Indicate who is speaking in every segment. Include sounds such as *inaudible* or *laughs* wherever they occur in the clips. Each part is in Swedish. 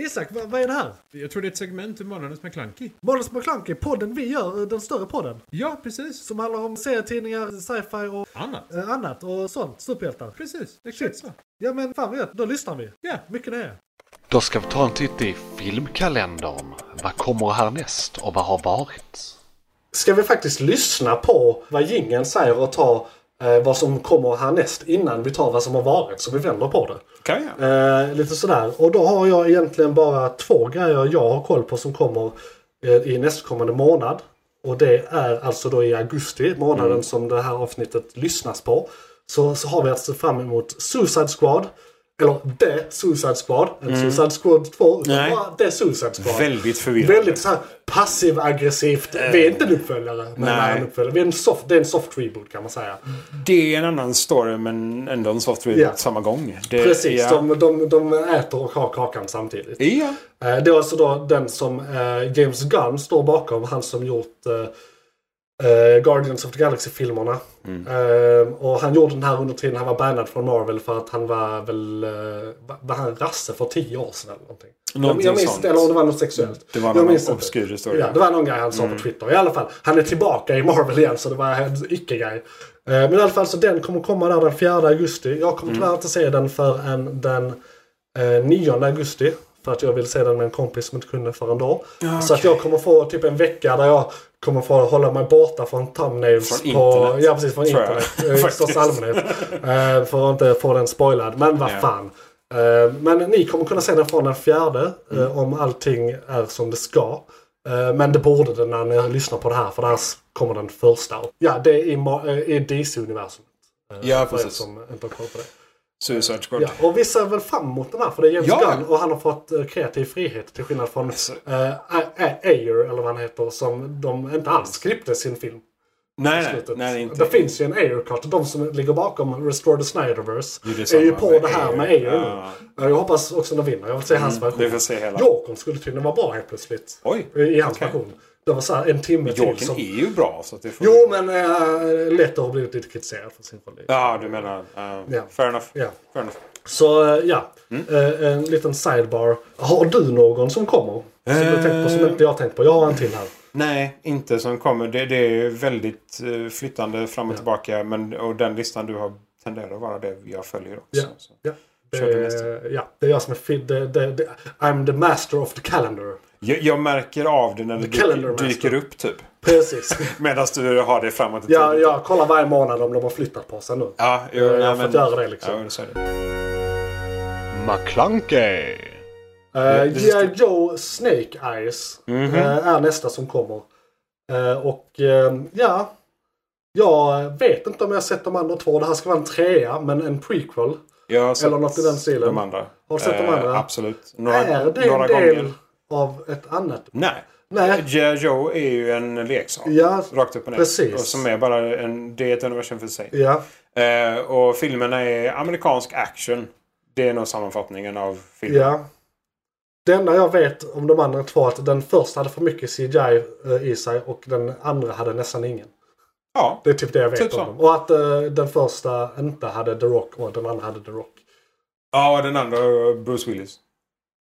Speaker 1: Isak, vad, vad är det här?
Speaker 2: Jag tror det är ett segment ur Månadens McKlunky.
Speaker 1: Månadens McKlunky, podden vi gör, eh, den större podden.
Speaker 2: Ja, precis.
Speaker 1: Som handlar om serietidningar, sci-fi och
Speaker 2: Annat.
Speaker 1: eh, annat och sånt. Superhjältar.
Speaker 2: Precis, exakt så.
Speaker 1: Ja men fan vad gött, då lyssnar vi.
Speaker 2: Ja.
Speaker 1: Mycket nöje.
Speaker 3: Då ska vi ta en titt i filmkalendern. Vad kommer härnäst och vad har varit?
Speaker 1: Ska vi faktiskt lyssna på vad gingen säger och ta eh, vad som kommer härnäst innan vi tar vad som har varit så vi vänder på det.
Speaker 2: Kan jag?
Speaker 1: Eh, lite sådär. Och då har jag egentligen bara två grejer jag har koll på som kommer eh, i nästkommande månad. Och det är alltså då i augusti, månaden
Speaker 4: Mm.
Speaker 1: som det här avsnittet lyssnas på. Så, så har vi att se fram emot Suicide Squad. Eller The Suicide Squad. Inte Suicide Squad 2. utan
Speaker 4: Mm. Nej.
Speaker 1: bara The Suicide Squad.
Speaker 4: Väldigt förvirrande.
Speaker 1: Eh, Väldigt så här passiv-aggressivt. Vi är inte en uppföljare. Men
Speaker 4: nej.
Speaker 1: är en uppföljare. Vi är en soft, det är en soft reboot kan man säga.
Speaker 4: Det är en annan story men ändå en soft reboot
Speaker 1: Ja.
Speaker 4: samma gång. Det,
Speaker 1: Precis,
Speaker 4: Ja.
Speaker 1: de, de, de äter och har kakan samtidigt.
Speaker 4: ja.
Speaker 1: Eh, Det är alltså då den som eh, James Gunn står bakom. Han som gjort eh, eh, Guardians of the Galaxy-filmerna.
Speaker 4: Mm.
Speaker 1: Eh, och han gjorde den här under tiden han var bannad från Marvel för att han var väl... Eh, var- var han rasse för tio år sedan eller någonting?
Speaker 4: Någonting
Speaker 1: jag minns
Speaker 4: sånt.
Speaker 1: inte, eller om det var något sexuellt.
Speaker 4: Det var
Speaker 1: Jag
Speaker 4: någon
Speaker 1: minns inte.
Speaker 4: obskyr historia. Mm.
Speaker 1: Ja, det var någon grej han sa på Twitter. I alla fall, han är tillbaka i Marvel igen så det var en icke-grej. Eh, Men i alla fall, så den kommer komma där den 4 augusti. Jag kommer
Speaker 4: Mm.
Speaker 1: tyvärr inte se den förrän den eh, 9 augusti. För att jag vill se den med en kompis som inte kunde förrän då. Så att jag kommer få typ en vecka där jag kommer få hålla mig borta från thumbnails.
Speaker 4: Från
Speaker 1: på,
Speaker 4: internet,
Speaker 1: ja, precis. Från
Speaker 4: tror jag.
Speaker 1: internet.
Speaker 4: *laughs*
Speaker 1: eh, I största
Speaker 4: Faktiskt.
Speaker 1: allmänhet. Eh, För att inte få den spoilad. Men vad
Speaker 4: Ja.
Speaker 1: fan. Eh, Men ni kommer kunna se den från den fjärde. eh,
Speaker 4: Mm.
Speaker 1: Om allting är som det ska. Eh, Men det borde den när ni lyssnar på det här. För där kommer den första. Ja, det är i, Ma- eh, i DC-universum.
Speaker 4: ja,
Speaker 1: För er
Speaker 4: precis.
Speaker 1: som inte har koll på det.
Speaker 4: Suicide Squad.
Speaker 1: Ja, och vi ser väl fram emot den här för det är James
Speaker 4: Ja, ja.
Speaker 1: Gunn och han har fått eh, kreativ frihet till skillnad från
Speaker 4: Alltså.
Speaker 1: eh, A- A- Ayer eller vad han heter som de inte alls klippte sin film.
Speaker 4: Nej,
Speaker 1: i
Speaker 4: nej,
Speaker 1: slutet.
Speaker 4: nej, inte.
Speaker 1: Det finns ju en Ayer-kart. De som ligger bakom Restore the Snyderverse
Speaker 4: Det är
Speaker 1: är ju
Speaker 4: samma
Speaker 1: på
Speaker 4: med
Speaker 1: det här med
Speaker 4: Ayer.
Speaker 1: Ayer nu. Eh, Jag hoppas också de vinner. Jag vill se hans version.
Speaker 4: Mm, Vi får se hela.
Speaker 1: Jokern skulle tydligen vara bra helt plötsligt.
Speaker 4: Oj,
Speaker 1: I- I hans
Speaker 4: okej.
Speaker 1: version. Det var så här en timme till.
Speaker 4: Jokern
Speaker 1: Som...
Speaker 4: är ju bra så att det får...
Speaker 1: Jo, men äh, Leto har blivit lite kritiserad för sin roll. i-
Speaker 4: Ja, du menar... eh,
Speaker 1: Ja.
Speaker 4: Fair enough.
Speaker 1: Ja.
Speaker 4: Fair enough.
Speaker 1: Så eh, ja,
Speaker 4: Mm.
Speaker 1: Eh, en liten sidebar. Har du någon som kommer? Som du har tänkt på
Speaker 4: Eh.
Speaker 1: som inte jag har tänkt på? Jag har en till här.
Speaker 4: Nej, inte som kommer. Det, det är väldigt eh, flyttande fram och tillbaka. Men, och den listan du har tenderar att vara det jag följer också.
Speaker 1: Ja.
Speaker 4: Så.
Speaker 1: Ja.
Speaker 4: Kör du
Speaker 1: Det,
Speaker 4: nästa.
Speaker 1: ja, det är jag som är fi- det, det, det, I'm the master of the calendar.
Speaker 4: Jag, jag märker av det när det
Speaker 1: Calendar
Speaker 4: dyker,
Speaker 1: Master.
Speaker 4: dyker upp typ.
Speaker 1: Precis.
Speaker 4: Medan du har det framåt
Speaker 1: *laughs*
Speaker 4: i
Speaker 1: ja,
Speaker 4: tiden.
Speaker 1: jag kollar varje månad om de har flyttat på sig nu.
Speaker 4: Ja, jo,
Speaker 1: Jag
Speaker 4: nej,
Speaker 1: har
Speaker 4: men-
Speaker 1: fått göra det, liksom.
Speaker 4: Ja, så är det.
Speaker 3: McClunkey!
Speaker 1: Uh,
Speaker 4: det- Mhm.
Speaker 1: G.I. Joe Snake Eyes eh, är nästa som kommer. Eh, och eh, ja, jag vet inte om jag har sett de andra två. Det här ska vara en trea, men en prequel.
Speaker 4: Jag har sett
Speaker 1: Eller något i den stilen.
Speaker 4: De andra.
Speaker 1: Har du sett de
Speaker 4: Eh,
Speaker 1: andra?
Speaker 4: absolut. Några,
Speaker 1: är det
Speaker 4: några
Speaker 1: en del
Speaker 4: gånger.
Speaker 1: av ett annat?
Speaker 4: Nej.
Speaker 1: Nej.
Speaker 4: G.I. Joe är ju en leksak.
Speaker 1: Ja,
Speaker 4: Rakt upp och ner.
Speaker 1: precis.
Speaker 4: Och som är bara en, det är ett universum för sig.
Speaker 1: Ja,
Speaker 4: Eh, och filmerna är amerikansk action. Det är nog sammanfattningen av filmen.
Speaker 1: ja. Det enda jag vet om de andra två är att den första hade för mycket CGI eh, i sig och den andra hade nästan ingen.
Speaker 4: Ja.
Speaker 1: Det är typ det jag vet
Speaker 4: Typ så.
Speaker 1: om dem. Och att eh, den första inte hade The Rock och den andra hade The Rock.
Speaker 4: ja, och den andra eh, Bruce Willis.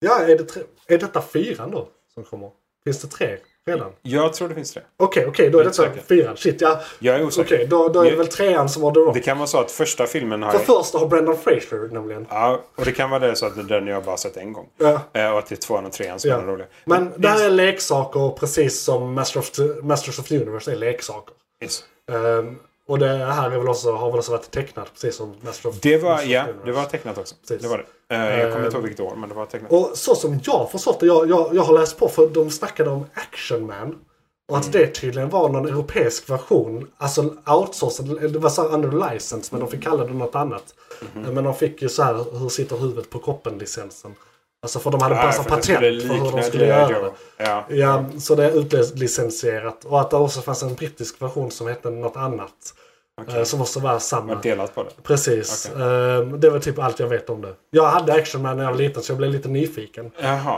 Speaker 1: Ja, är, det tre, är detta fyran då som kommer? Finns det tre redan?
Speaker 4: Jag tror det finns tre.
Speaker 1: Okej, okej, då är
Speaker 4: Jag är
Speaker 1: detta
Speaker 4: inte säker.
Speaker 1: fyran. Shit, ja.
Speaker 4: Jag är
Speaker 1: Okej,
Speaker 4: osäker.
Speaker 1: då, då är det
Speaker 4: Ja.
Speaker 1: väl trean som var The Rock.
Speaker 4: Det kan vara så att första filmen har...
Speaker 1: För första har Brendan Fraser nämligen.
Speaker 4: Ja, och det kan vara det så att det är den jag bara sett en gång.
Speaker 1: Ja.
Speaker 4: Eh, och att det är tvåan och trean som
Speaker 1: Ja.
Speaker 4: är roliga.
Speaker 1: Men det här är leksaker precis som Master of, Masters of the Universe är leksaker.
Speaker 4: Yes.
Speaker 1: Ehm, och det här är väl också, har väl också varit tecknat precis som Master of
Speaker 4: Det var,
Speaker 1: Masters of the
Speaker 4: ja,
Speaker 1: Universe.
Speaker 4: det var tecknat också.
Speaker 1: Precis. Ehm,
Speaker 4: Det var det. Eh, jag kommer inte ihåg vilket år, men det var tecknat.
Speaker 1: Och så som jag förstått det, jag, jag, jag har läst på för de snackade om Action Man. Och
Speaker 4: Mm.
Speaker 1: att det tydligen var någon europeisk version. Alltså outsourcad, eller det var så här under license men de fick kalla det något annat.
Speaker 4: Mhm.
Speaker 1: Men de fick ju så här, hur sitter huvudet på kroppen-licensen. Alltså för de hade
Speaker 4: Nej,
Speaker 1: massa
Speaker 4: för att det
Speaker 1: patent
Speaker 4: skulle
Speaker 1: för hur de
Speaker 4: likna
Speaker 1: skulle
Speaker 4: G.I.
Speaker 1: göra
Speaker 4: Joe.
Speaker 1: det.
Speaker 4: Ja.
Speaker 1: Ja, så det är utlicensierat. Och att det också fanns en brittisk version som hette något annat. eh, Som också var samma.
Speaker 4: Jag har delat på det.
Speaker 1: Precis.
Speaker 4: Okej.
Speaker 1: Ehm, Det var typ allt jag vet om det. Jag hade Action Man när jag var liten så jag blev lite nyfiken.
Speaker 4: Jaha.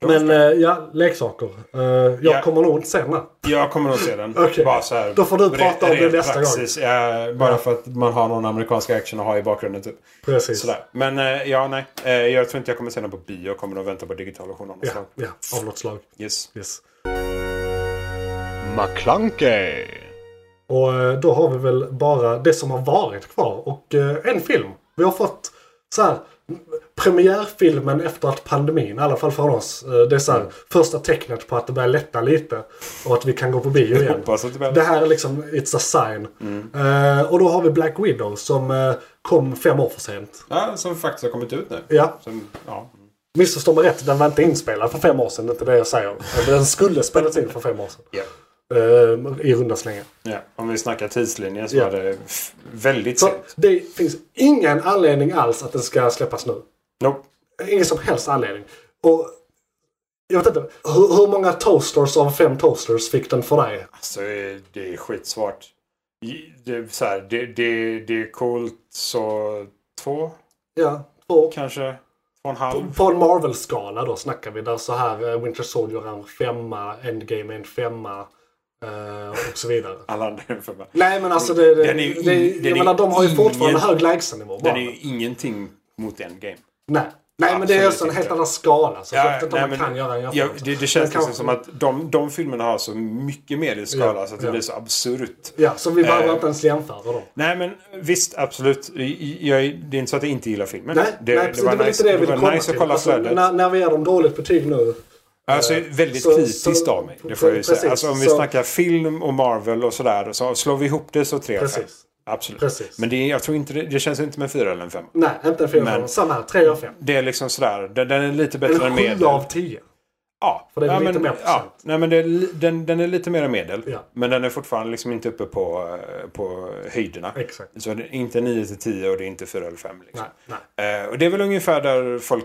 Speaker 1: Men eh, ja, leksaker. Eh, jag
Speaker 4: Ja.
Speaker 1: kommer nog inte se den här.
Speaker 4: Jag kommer nog se den.
Speaker 1: *laughs* Okej.
Speaker 4: Bara så här,
Speaker 1: Då får du
Speaker 4: re-
Speaker 1: prata om det
Speaker 4: ren
Speaker 1: nästa gång.
Speaker 4: praxis. Ja, bara
Speaker 1: Ja.
Speaker 4: för att man har någon amerikansk action att ha i bakgrunden. Typ.
Speaker 1: Precis.
Speaker 4: Sådär. Men eh, ja, nej. Eh, jag tror inte jag kommer se den på bio. Jag kommer nog vänta på digital version av något
Speaker 1: Ja,
Speaker 4: slag.
Speaker 1: ja, av något slag.
Speaker 4: Yes.
Speaker 1: Yes.
Speaker 3: McClunkey!
Speaker 1: Och eh, då har vi väl bara det som har varit kvar och eh, en film. Vi har fått så här m- premiärfilmen efter att pandemin, i alla fall från oss. eh, Det är så
Speaker 4: Mm.
Speaker 1: här första tecknet på att det börjar lätta lite och att vi kan gå på
Speaker 4: *laughs*
Speaker 1: bio igen.
Speaker 4: Hoppas att det blir-
Speaker 1: Det här är liksom, it's a sign. Eh, och då har vi Black Widow som eh, kom fem år för sent.
Speaker 4: Ja, som faktiskt har kommit ut nu.
Speaker 1: Ja,
Speaker 4: Som, ja.
Speaker 1: missförstå mig rätt, den var inte inspelad för fem år sedan, det är inte det jag säger. Men Den skulle spelats in för fem år sedan.
Speaker 4: Ja.
Speaker 1: Eh, I runda slängar.
Speaker 4: Ja, om vi snackar tidslinjen så
Speaker 1: Ja.
Speaker 4: var det f- väldigt
Speaker 1: Så
Speaker 4: sent.
Speaker 1: det finns ingen anledning alls att den ska släppas nu.
Speaker 4: Nope.
Speaker 1: Ingen som helst anledning. Och jag vet inte, hur, hur många toasters av fem toasters fick den för dig?
Speaker 4: Alltså, eh, det är skitsvårt. I- Det, är så här, det, det, det är coolt så två
Speaker 1: Ja, två.
Speaker 4: kanske. Två och en halv.
Speaker 1: På en Marvel-skala då snackar vi där så här eh, Winter Soldier är en femma, Endgame är en femma eh, och så vidare.
Speaker 4: Alla andra är för mig.
Speaker 1: Nej men alltså det, det,
Speaker 4: Den är ju in-
Speaker 1: det,
Speaker 4: den är
Speaker 1: jag
Speaker 4: ju
Speaker 1: menar de har ju
Speaker 4: ingen-
Speaker 1: fortfarande hög lägstanivå bara.
Speaker 4: Den är ju ingenting mot Endgame.
Speaker 1: Nej. Nej men det är
Speaker 4: Absolut
Speaker 1: också en helt
Speaker 4: inte.
Speaker 1: annan skala. Så jag
Speaker 4: Ja,
Speaker 1: vet inte
Speaker 4: nej,
Speaker 1: om man
Speaker 4: men-
Speaker 1: kan göra en
Speaker 4: Ja,
Speaker 1: jämförelse.
Speaker 4: det, det känns
Speaker 1: Men
Speaker 4: liksom
Speaker 1: kanske-
Speaker 4: som att de, de filmerna har så mycket mer i skala
Speaker 1: Ja,
Speaker 4: så att det
Speaker 1: ja.
Speaker 4: blir så absurt.
Speaker 1: Ja, så vi behöver
Speaker 4: Eh,
Speaker 1: inte ens jämföra dem.
Speaker 4: Nej men visst, absolut. Jag, det är inte så att jag inte gillar filmen.
Speaker 1: Nej,
Speaker 4: det,
Speaker 1: nej precis, det, var
Speaker 4: nice,
Speaker 1: lite det jag
Speaker 4: det
Speaker 1: ville
Speaker 4: var
Speaker 1: komma
Speaker 4: nice
Speaker 1: till.
Speaker 4: att kolla
Speaker 1: alltså,
Speaker 4: flödet.
Speaker 1: när, när vi ger dem dåligt betyg nu.
Speaker 4: Alltså väldigt
Speaker 1: Eh, så-
Speaker 4: kritiskt
Speaker 1: så-
Speaker 4: av mig. Det får jag ju
Speaker 1: precis,
Speaker 4: säga. Alltså om vi
Speaker 1: så-
Speaker 4: snackar film och Marvel och sådär. Så slår vi ihop det så tre av fem.
Speaker 1: Precis.
Speaker 4: Absolut.
Speaker 1: Precis.
Speaker 4: Men det, är- jag tror inte det, det känns inte med fyra eller en fem.
Speaker 1: Nej, inte en fyra av
Speaker 4: Men-
Speaker 1: fem. Samma här, tre av fem.
Speaker 4: Det är liksom sådär. Den, den är lite bättre än
Speaker 1: En
Speaker 4: medel.
Speaker 1: sju av tio.
Speaker 4: Ja.
Speaker 1: För det är
Speaker 4: ja,
Speaker 1: lite
Speaker 4: men,
Speaker 1: mer
Speaker 4: ja.
Speaker 1: procent.
Speaker 4: Nej, men det är, li- den, den är lite mer än medel.
Speaker 1: Ja.
Speaker 4: Men den är fortfarande liksom inte uppe på, eh, på höjderna.
Speaker 1: Exakt.
Speaker 4: Så det är inte 9 till 10 och det är inte 4 eller 5. Liksom.
Speaker 1: Nej, nej.
Speaker 4: Eh, och det är väl ungefär där folk,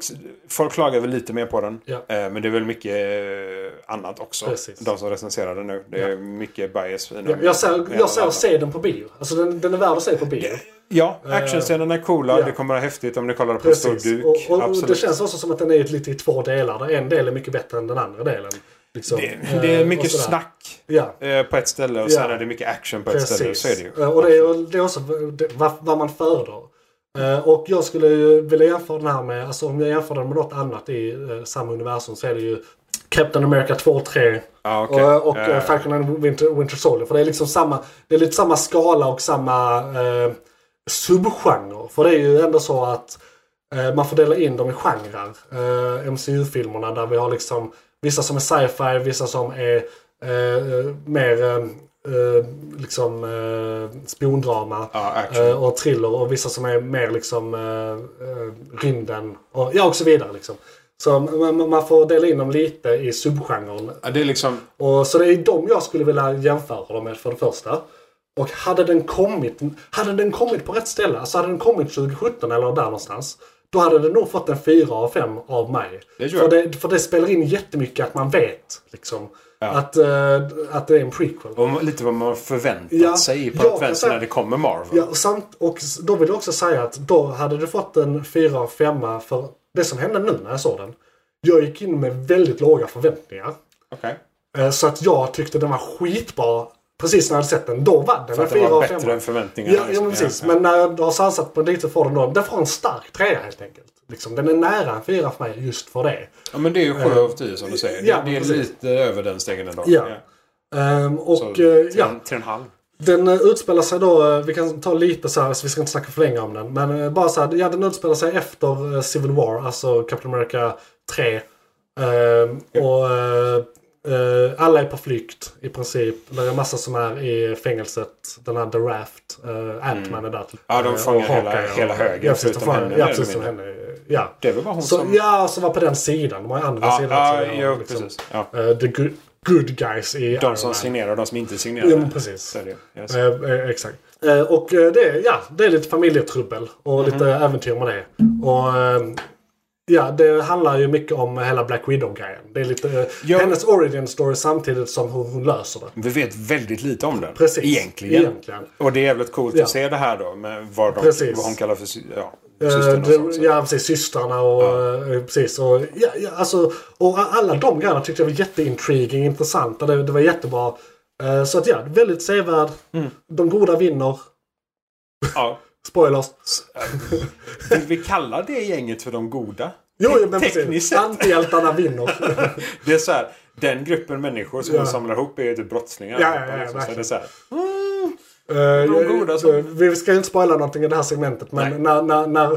Speaker 4: folk klagar väl lite mer på den.
Speaker 1: Ja.
Speaker 4: Eh, men det är väl mycket eh, annat också.
Speaker 1: Precis.
Speaker 4: De som recenserar den nu. Det är mycket bias. i den.
Speaker 1: Jag, jag säger, jag säger
Speaker 4: Ja,
Speaker 1: se den på bio. Alltså den, den är värd att se på bio.
Speaker 4: Ja, actionscenerna är coola.
Speaker 1: ja.
Speaker 4: Det kommer vara häftigt om ni kollar på en
Speaker 1: Precis.
Speaker 4: stor duk.
Speaker 1: Och, och, och
Speaker 4: Absolut.
Speaker 1: det känns också som att den är lite i två delar. Där en del är mycket bättre än den andra delen. Liksom.
Speaker 4: det, det är
Speaker 1: Eh,
Speaker 4: mycket
Speaker 1: och sådär.
Speaker 4: snack
Speaker 1: Ja.
Speaker 4: eh, på ett ställe och
Speaker 1: Ja.
Speaker 4: sen är det mycket action på ett ställe.
Speaker 1: Precis.
Speaker 4: Så är det ju.
Speaker 1: Eh, Och det är, det är också det- vad, vad man föredrar. Eh, Och jag skulle ju vilja jämföra den här med, alltså om jag jämför den med något annat i eh, samma universum så är det ju Captain America 2 och 3
Speaker 4: Ja, okej.
Speaker 1: och, och eh,
Speaker 4: Eh.
Speaker 1: Falcon and Winter, Winter Soldier. För det är liksom samma, det är lite samma skala och samma eh, subgenre. För det är ju ändå så att eh, man får dela in dem i genrer. Eh, MCU-filmerna där vi har liksom vissa som är sci-fi, vissa som är eh, mer eh, eh, liksom eh, spiondrama.
Speaker 4: Ja, action.
Speaker 1: Eh, och thriller och vissa som är mer liksom eh, eh, rymden. Och, ja, och så vidare liksom. Så man, man- man får dela in dem lite i subgenren.
Speaker 4: Ja, det är liksom...
Speaker 1: Och, så det är dem jag skulle vilja jämföra dem med för det första. Och hade den kommit, hade den kommit på rätt ställe, alltså hade den kommit 2017 eller där någonstans. Då hade den nog fått en 4 av 5 av mig.
Speaker 4: Det tror
Speaker 1: för,
Speaker 4: jag.
Speaker 1: det, för det spelar in jättemycket att man vet liksom, att, eh, att det är en prequel.
Speaker 4: Och lite vad man förväntat
Speaker 1: Ja,
Speaker 4: sig på
Speaker 1: ja,
Speaker 4: något vänster
Speaker 1: alltså-
Speaker 4: när det kommer Marvel.
Speaker 1: Ja, och, samt, och s- då vill jag också säga att då hade du fått en 4 av 5 för det som hände nu när jag såg den. Jag gick in med väldigt låga förväntningar.
Speaker 4: Okej.
Speaker 1: Eh, Så att jag tyckte den var skitbra precis när jag hade sett den. Då var den
Speaker 4: För
Speaker 1: en
Speaker 4: att det
Speaker 1: fyra av
Speaker 4: var
Speaker 1: fem.
Speaker 4: bättre än förväntningarna.
Speaker 1: Ja, ja
Speaker 4: liksom.
Speaker 1: men precis.
Speaker 4: Ja, ja.
Speaker 1: Men när jag har sansat på den lite får den då. Den får en stark trea helt enkelt. Liksom, den är nära en fyra för mig just för det.
Speaker 4: Ja, men det är ju 7 av 10 som du säger. Det-
Speaker 1: Eh, ja,
Speaker 4: det är
Speaker 1: precis.
Speaker 4: lite över den stegen ändå.
Speaker 1: Ja. Ehm, och
Speaker 4: Så,
Speaker 1: eh, ja,
Speaker 4: 3,5.
Speaker 1: Den eh, utspelar sig då, eh, vi kan ta lite så här, så vi ska inte snacka för länge om den. Men eh, bara så här, ja den utspelar sig efter eh, Civil War, alltså Captain America 3. Ehm, och eh, eh, alla är på flykt i princip. Det är en massa som är i fängelset. Den här The Raft, uh, Ant-Man är där.
Speaker 4: Mm. Ja, de
Speaker 1: Eh,
Speaker 4: fångar
Speaker 1: och
Speaker 4: hela-
Speaker 1: Hawkeye och-
Speaker 4: hela högen,
Speaker 1: Ja, precis. De
Speaker 4: förutom
Speaker 1: fångar-
Speaker 4: henne,
Speaker 1: ja,
Speaker 4: mer eller
Speaker 1: precis, som henne. eh, Ja.
Speaker 4: Det är väl bara hon
Speaker 1: Så,
Speaker 4: som...
Speaker 1: Ja, som var på den sidan. De var ju andra
Speaker 4: ja,
Speaker 1: sidan.
Speaker 4: ja,
Speaker 1: också,
Speaker 4: ja,
Speaker 1: liksom.
Speaker 4: precis. Ja.
Speaker 1: Eh, the good, good guys i Iron
Speaker 4: De som
Speaker 1: Man.
Speaker 4: signerar och de som inte signerar.
Speaker 1: Ja, men precis.
Speaker 4: Så är det ju. Yes.
Speaker 1: Eh, eh, exakt. Eh, och eh, det, är- ja, det är lite familjetrubbel och lite
Speaker 4: Mhm.
Speaker 1: äventyr med det. Och, eh, ja, det handlar ju mycket om hela Black Widow-grejen. Det är lite eh,
Speaker 4: Ja.
Speaker 1: hennes origin story samtidigt som hur hon löser det.
Speaker 4: Vi vet väldigt lite om den.
Speaker 1: Precis.
Speaker 4: Egentligen.
Speaker 1: Egentligen.
Speaker 4: Och det är jävligt coolt
Speaker 1: Ja.
Speaker 4: att se det här då. Med vad, de,
Speaker 1: Precis.
Speaker 4: vad hon kallar för... sy- Ja, Systern och
Speaker 1: Eh,
Speaker 4: sånt, så.
Speaker 1: ja, precis. Systrarna och... eh, Precis. Och, ja, ja, alltså, och a- alla de grejerna tyckte jag var jätteintriguing, intressanta. Det, det var jättebra. Eh, så att ja, väldigt sevärd.
Speaker 4: Mm.
Speaker 1: De goda vinner.
Speaker 4: Ja.
Speaker 1: Spoilers.
Speaker 4: eh, Vill vi kalla det gänget för de goda?
Speaker 1: Jo, jo, men
Speaker 4: Tekniskt
Speaker 1: precis.
Speaker 4: sett.
Speaker 1: Antihjältarna
Speaker 4: *laughs*
Speaker 1: vinner. Eh,
Speaker 4: Det är så här, den gruppen människor som
Speaker 1: Ja.
Speaker 4: hon samlar ihop är ju typ brottslingar.
Speaker 1: Ja, ja, ja,
Speaker 4: liksom. så
Speaker 1: verkligen.
Speaker 4: det är så här,
Speaker 1: Eh,
Speaker 4: De goda som-
Speaker 1: eh, Vi ska ju inte spoila någonting i det här segmentet
Speaker 4: Nej.
Speaker 1: men när, när, när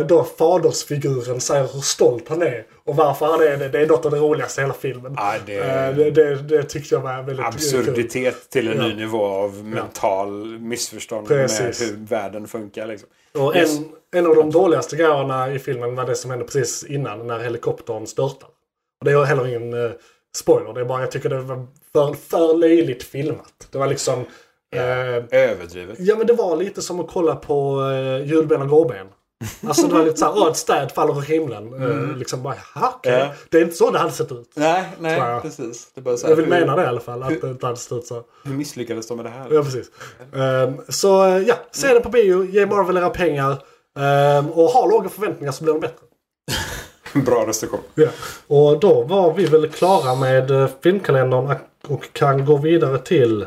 Speaker 1: eh, då fadersfiguren säger hur stolt han är och varför han är det. Det är något av det roligaste i hela filmen.
Speaker 4: Ja, det-
Speaker 1: Eh, det, det, det tyckte jag var väldigt kul.
Speaker 4: absurditet till en ny nivå av mental missförstånd
Speaker 1: Precis.
Speaker 4: med hur världen funkar. Liksom.
Speaker 1: Och
Speaker 4: Yes.
Speaker 1: en, en av de dåligaste grejerna i filmen var det som hände precis innan när helikoptern störtar. Och det är heller ingen eh, spoiler. Det är bara jag tycker det var för, för löjligt filmat. Det var liksom... eh,
Speaker 4: Överdrivet.
Speaker 1: Ja men det var lite som att kolla på eh, julben och gåben. Alltså det var lite såhär, åh ett städ faller ur himlen. Eh, liksom bara, "Jaha, okej.
Speaker 4: Ja.
Speaker 1: Det är inte så det hade sett ut.
Speaker 4: Nej, nej,
Speaker 1: Tror jag.
Speaker 4: precis. Det är bara så här,
Speaker 1: Jag vill
Speaker 4: hur,
Speaker 1: mena det i alla fall, att det inte hade sett ut så.
Speaker 4: hur misslyckades de med det här?
Speaker 1: Ja, precis. Ehm, så eh, ja, se den på bio, ge Marvel era pengar. ehm, och ha låga förväntningar så blir de bättre.
Speaker 4: *laughs* Bra recension.
Speaker 1: Ja. Och då var vi väl klara med eh, filmkalendern och kan gå vidare till...